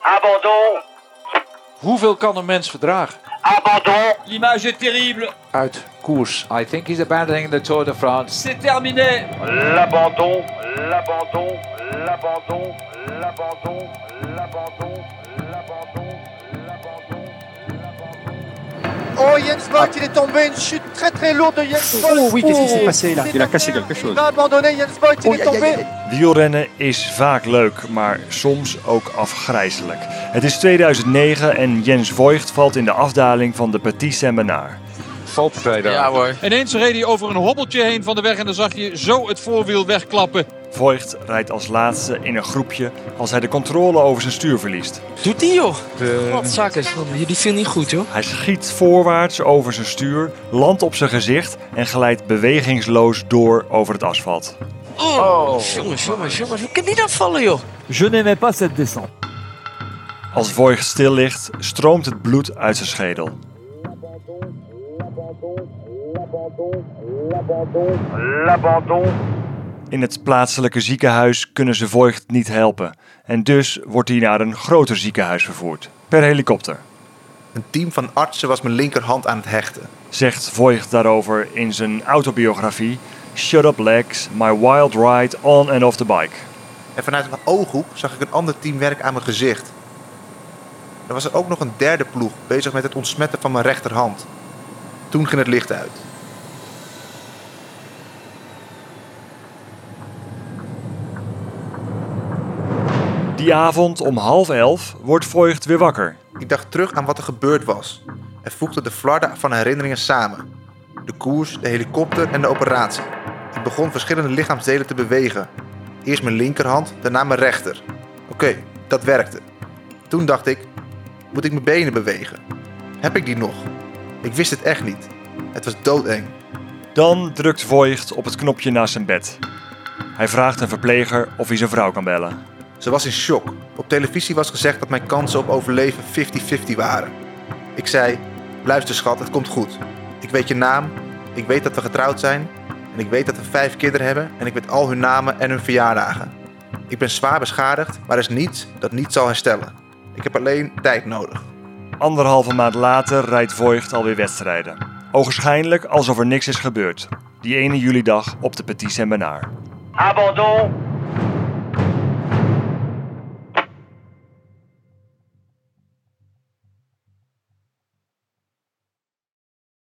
Abandon, Hoeveel kan een mens verdragen? abandon. L'image est terrible. Uit koers. I think he's abandoning the Tour de France. C'est terminé. L'abandon, l'abandon, l'abandon, l'abandon, l'abandon, l'abandon, l'abandon, l'abandon. Oh, Jens Vogt, il est tombé. Une chute très très lourde de Jens Vogt. Oh oui, qu'est-ce qui s'est passé là Il a cassé quelque chose. Il va abandonner Jens Vogt, il Oh, est ja, ja, tombé. Wielrennen is vaak leuk, maar soms ook afgrijzelijk. Het is 2009 en Jens Voigt valt in de afdaling van de Petit Seminar. Valt hij daar? Ja hoor. Ineens reed hij over een hobbeltje heen van de weg en dan zag je zo het voorwiel wegklappen. Voigt rijdt als laatste in een groepje als hij de controle over zijn stuur verliest. Doet die joh. Eh, Wat zakkers. Jullie viel niet goed joh. Hij schiet voorwaarts over zijn stuur, landt op zijn gezicht en glijdt bewegingsloos door over het asfalt. Oh, jongens, jongens, jongens. Hoe kan die dan vallen joh? Je n'aimais pas cette descente. Als Voigt stil ligt, stroomt het bloed uit zijn schedel. In het plaatselijke ziekenhuis kunnen ze Voigt niet helpen en dus wordt hij naar een groter ziekenhuis vervoerd, per helikopter. Een team van artsen was mijn linkerhand aan het hechten. Zegt Voigt daarover in zijn autobiografie Shut Up Legs, My Wild Ride on and Off the Bike. En vanuit mijn ooghoek zag ik een ander teamwerk aan mijn gezicht. Er was er ook nog een derde ploeg bezig met het ontsmetten van mijn rechterhand. Toen ging het licht uit. Die avond om half elf wordt Voigt weer wakker. Ik dacht terug aan wat er gebeurd was en voegde de flarden van herinneringen samen. De koers, de helikopter en de operatie. Ik begon verschillende lichaamsdelen te bewegen. Eerst mijn linkerhand, daarna mijn rechter. Oké, dat werkte. Toen dacht ik, moet ik mijn benen bewegen? Heb ik die nog? Ik wist het echt niet. Het was doodeng. Dan drukt Voigt op het knopje naast zijn bed. Hij vraagt een verpleger of hij zijn vrouw kan bellen. Ze was in shock. Op televisie was gezegd dat mijn kansen op overleven 50-50 waren. Ik zei: Luister, schat, het komt goed. Ik weet je naam, ik weet dat we getrouwd zijn, en ik weet dat we vijf kinderen hebben, en ik weet al hun namen en hun verjaardagen. Ik ben zwaar beschadigd, maar er is niets dat niet zal herstellen. Ik heb alleen tijd nodig. Anderhalve maand later rijdt Voigt alweer wedstrijden. Ogenschijnlijk alsof er niks is gebeurd. Die ene juli dag op de Petit Seminar. Abandon,